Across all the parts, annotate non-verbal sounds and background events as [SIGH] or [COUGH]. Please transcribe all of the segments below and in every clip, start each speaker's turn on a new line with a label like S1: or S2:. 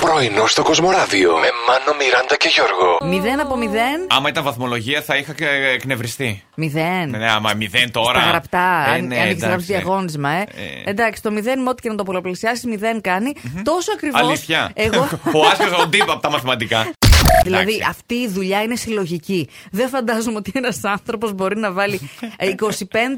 S1: Πρωινό στο Κοσμοράδιο με Μάνο, Μιράντα και Γιώργο.
S2: Μηδέν από μηδέν.
S3: Άμα ήταν βαθμολογία θα είχα και εκνευριστεί.
S2: Μηδέν.
S3: Ναι, άμα μηδέν τώρα.
S2: Στα γραπτά,
S3: Ε,
S2: αν,
S3: ναι,
S2: αν έχεις
S3: εντάξει.
S2: γράψει διαγώνισμα. Ε.
S3: Ε.
S2: Εντάξει, το μηδέν με ό,τι και να το πολλαπλασιάσεις, μηδέν κάνει. Τόσο ακριβώς.
S3: Αλήθεια. [LAUGHS]
S2: Εγώ.
S3: Ο Άσιος ο τύπο από τα
S2: [LAUGHS]
S3: μαθηματικά.
S2: δηλαδή,
S3: Εντάξει.
S2: αυτή η δουλειά είναι συλλογική. Δεν φαντάζομαι ότι ένας άνθρωπος μπορεί να
S3: [LAUGHS]
S2: βάλει ε, 25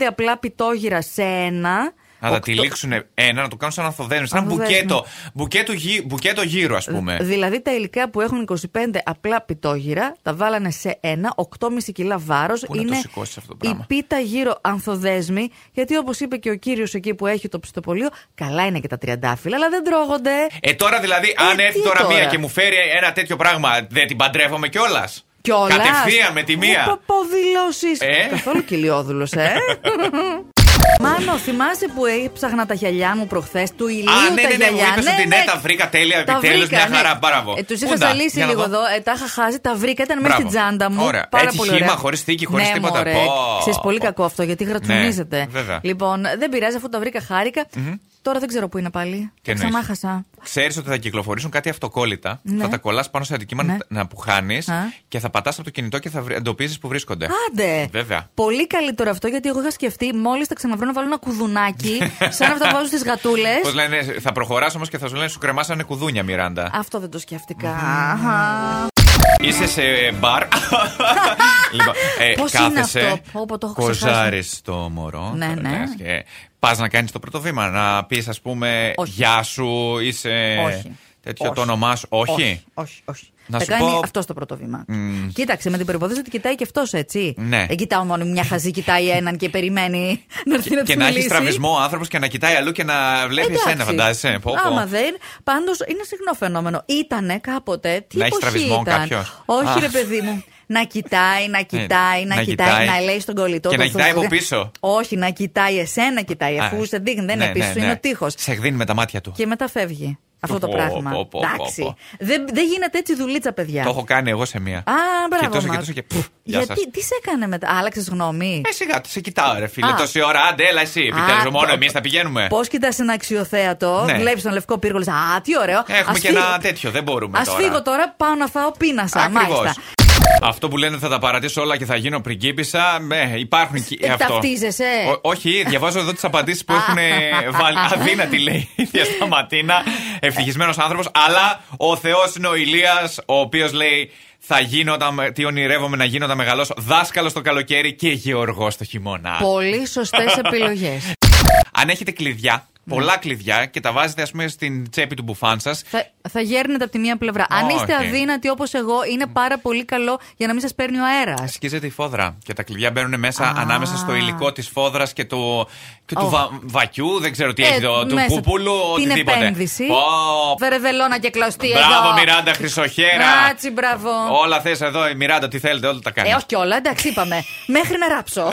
S2: απλά πιτόγυρα σε ένα.
S3: Να τα
S2: οκτώ-
S3: τυλίξουν ένα, να το κάνουν σαν ανθοδένου. Σαν
S2: Ανθοδένους.
S3: μπουκέτο, μπουκέτο, γύ, μπουκέτο γύρω, ας πούμε.
S2: Δηλαδή τα υλικά που έχουν 25 απλά πιτόγυρα τα βάλανε σε ένα, 8,5 κιλά βάρος.
S3: Πού να το
S2: Είναι
S3: σηκώσεις αυτό το
S2: η
S3: πράγμα.
S2: πίτα γύρω ανθοδέσμη. Γιατί όπως είπε και ο κύριος εκεί που έχει το ψητοπολείο, καλά είναι και τα τριαντάφυλλα, αλλά δεν τρώγονται.
S3: Ε, τώρα δηλαδή, αν
S2: τι
S3: έρθει τώρα,
S2: τώρα?
S3: μία και μου φέρει ένα τέτοιο πράγμα, δεν την παντρεύομαι κιόλας.
S2: Κιόλας.
S3: Κατευθείαν με τη μία.
S2: Παπαδηλώσει.
S3: Ε.
S2: Καθόλου κυλιόδουλος,
S3: [LAUGHS]
S2: ε. Μάνο, θυμάσαι που έψαχνα τα γυαλιά μου προχθές του ηλίου.
S3: Α, ναι,
S2: τα
S3: ναι, ναι, μου
S2: γυαλιά.
S3: είπες ότι ναι, τα βρήκα τέλεια.
S2: Τα
S3: Επιτέλους,
S2: βρήκα,
S3: μια
S2: ναι.
S3: χαρά, μπράβο.
S2: Ε, Τους είχα
S3: Πούντα,
S2: ζαλίσει
S3: για να
S2: λίγο
S3: δω.
S2: εδώ, ε, τα είχα χάσει, τα βρήκα, ήταν μέσα στην
S3: Μπράβο.
S2: τσάντα μου.
S3: Ωραία.
S2: Πάρα
S3: Έτσι
S2: πολύ
S3: χύμα,
S2: ωραία.
S3: χωρίς θήκη, χωρίς
S2: ναι,
S3: τίποτα.
S2: Μωρέ.
S3: Πω.
S2: Ξέρεις, πολύ κακό αυτό, γιατί γρατουνίζεται.
S3: Ναι, βέβαια.
S2: Λοιπόν, δεν πειράζει, αφού τα βρήκα, χάρηκα. Τώρα δεν ξέρω πού είναι πάλι.
S3: Τι
S2: Τα
S3: εννοείς?
S2: Ξανάχασα.
S3: Ξέρεις ότι θα κυκλοφορήσουν κάτι αυτοκόλλητα.
S2: Ναι.
S3: Θα τα κολλάς πάνω σε αντικείμενα
S2: Ναι.
S3: να που χάνεις
S2: Α.
S3: και θα πατάς από το κινητό και θα εντοπίζεις που βρίσκονται.
S2: Άντε!
S3: Βέβαια.
S2: Πολύ καλύτερο αυτό γιατί εγώ είχα σκεφτεί μόλις τα ξαναβρω να βάλω ένα
S3: [LAUGHS]
S2: κουδουνάκι, σαν αυτά που βάζω στις γατούλες.
S3: Πώς λένε, θα προχωράς όμως και θα σου λένε σου κρεμάσανε κουδούνια, Μιράντα.
S2: Αυτό δεν το σκεφτηκα
S3: Είσαι σε ε, μπαρ.
S2: [LAUGHS]
S3: λοιπόν, ε,
S2: Πώς είναι
S3: κάθεσαι,
S2: αυτό? Πω, πω, το έχω ξεχάσει.
S3: κοζάρεις το μωρό.
S2: Ναι,
S3: το
S2: ναι.
S3: λες Και πας να κάνεις το πρώτο βήμα. Να πεις, ας πούμε,
S2: Όχι.
S3: γεια σου, είσαι.
S2: Όχι.
S3: Τέτοιο
S2: Όχι.
S3: το όνομά σου. Όχι.
S2: Όχι, όχι. όχι.
S3: Να
S2: θα
S3: σου
S2: κάνει
S3: πω-
S2: αυτό το πρώτο βήμα. Κοίταξε με την περιπόθεση ότι κοιτάει και αυτός, έτσι.
S3: Ναι.
S2: Δεν κοιτάω μόνο μια χαζή, κοιτάει έναν και περιμένει να έρθει να της
S3: Και να έχει
S2: μιλήσει.
S3: τραβισμό ο άνθρωπος και να κοιτάει αλλού και να βλέπει
S2: Εντάξει.
S3: εσένα, φαντάζεσαι. Πω, πω.
S2: Άμα δεν. Πάντως είναι συχνό φαινόμενο. Ήτανε κάποτε. Τι
S3: Να έχει
S2: εποχή
S3: τραβισμό
S2: ήταν.
S3: κάποιος.
S2: Όχι,
S3: Α.
S2: ρε παιδί μου. Να κοιτάει, να κοιτάει, να,
S3: να
S2: κοιτάει,
S3: κοιτάει.
S2: να λέει στον κολλητό
S3: Και
S2: του
S3: να
S2: αυτό,
S3: κοιτάει
S2: αυτό.
S3: από πίσω.
S2: Όχι, να κοιτάει εσένα, κοιτάει.
S3: Α, ναι,
S2: Αφού σε δείχνει, δεν είναι πίσω, είναι ο τείχος.
S3: Σε εκδίνει με τα μάτια του.
S2: Και μετά φεύγει. Αυτό το
S3: Πω,
S2: πράγμα.
S3: πω, πω, πω,
S2: Εντάξει.
S3: πω.
S2: Δεν δεν γίνεται έτσι δουλίτσα, παιδιά.
S3: Το έχω κάνει εγώ σε μία.
S2: Α, μπράβο.
S3: Κοιτούσα,
S2: μας.
S3: κοιτούσα και πφ, γεια σας.
S2: Γιατί, τι σε έκανε μετά, άλλαξες γνώμη.
S3: Ε, σιγά, σε κοιτάω, ρε φίλε.
S2: Α.
S3: Τόση ώρα, άντε, έλα εσύ. Επιτέλου,
S2: Α,
S3: μόνο
S2: το-
S3: εμείς θα πηγαίνουμε.
S2: Πώς κοιτάς ένα αξιοθέατο,
S3: Ναι.
S2: βλέπεις τον λευκό πύργο, λες, Α, τι ωραίο.
S3: Έχουμε
S2: Ας
S3: και
S2: φύγω-
S3: ένα τέτοιο, δεν μπορούμε
S2: Ας
S3: τώρα.
S2: φύγω τώρα, πάω να φάω πίνασα.
S3: Ακριβώς.
S2: Μάλιστα.
S3: Αυτό που λένε θα τα παρατήσω όλα και θα γίνω πριγκίπισσα. Ναι, υπάρχουν και
S2: Ε,
S3: αυτό.
S2: ταυτίζεσαι.
S3: Ο- όχι, διαβάζω εδώ τις απαντήσεις που έχουν ε,
S2: [LAUGHS]
S3: βάλει. Αδύνατη λέει η διασταματίνα. Ευτυχισμένος άνθρωπος. Αλλά ο Θεός είναι ο Ηλίας, ο οποίος λέει θα γίνω όταν- τι ονειρεύομαι να γίνω όταν μεγαλώσω δάσκαλος το καλοκαίρι και γεωργός το χειμώνα.
S2: Πολύ σωστές
S3: [LAUGHS]
S2: επιλογές.
S3: Αν έχετε κλειδιά, πολλά κλειδιά και τα βάζετε ας πούμε στην τσέπη του μπουφάν σας.
S2: θα, θα γέρνετε από τη μία πλευρά. Αν
S3: Όχι.
S2: είστε αδύνατοι όπως εγώ, είναι πάρα πολύ καλό για να μην σας παίρνει ο αέρας.
S3: Σκίζεται η φόδρα και τα κλειδιά μπαίνουν μέσα
S2: Α.
S3: ανάμεσα στο υλικό της φόδρας και του, και του
S2: Ω.
S3: βα- βακιού. Δεν ξέρω τι
S2: Ε,
S3: έχει, το, του
S2: μέσα.
S3: πούπουλου,
S2: Την
S3: οτιδήποτε.
S2: επένδυση.
S3: Ω,
S2: Βερεβελώνα και κλωστή εδώ.
S3: μπράβο, Μιράντα Χρυσοχέρα.
S2: Άτσι, μπράβο.
S3: Όλα θες εδώ, η Μιράντα, τι θέλετε, όλα τα κάνει.
S2: Ε, όχι όλα, εντάξει, είπαμε. Μέχρι να ράψω.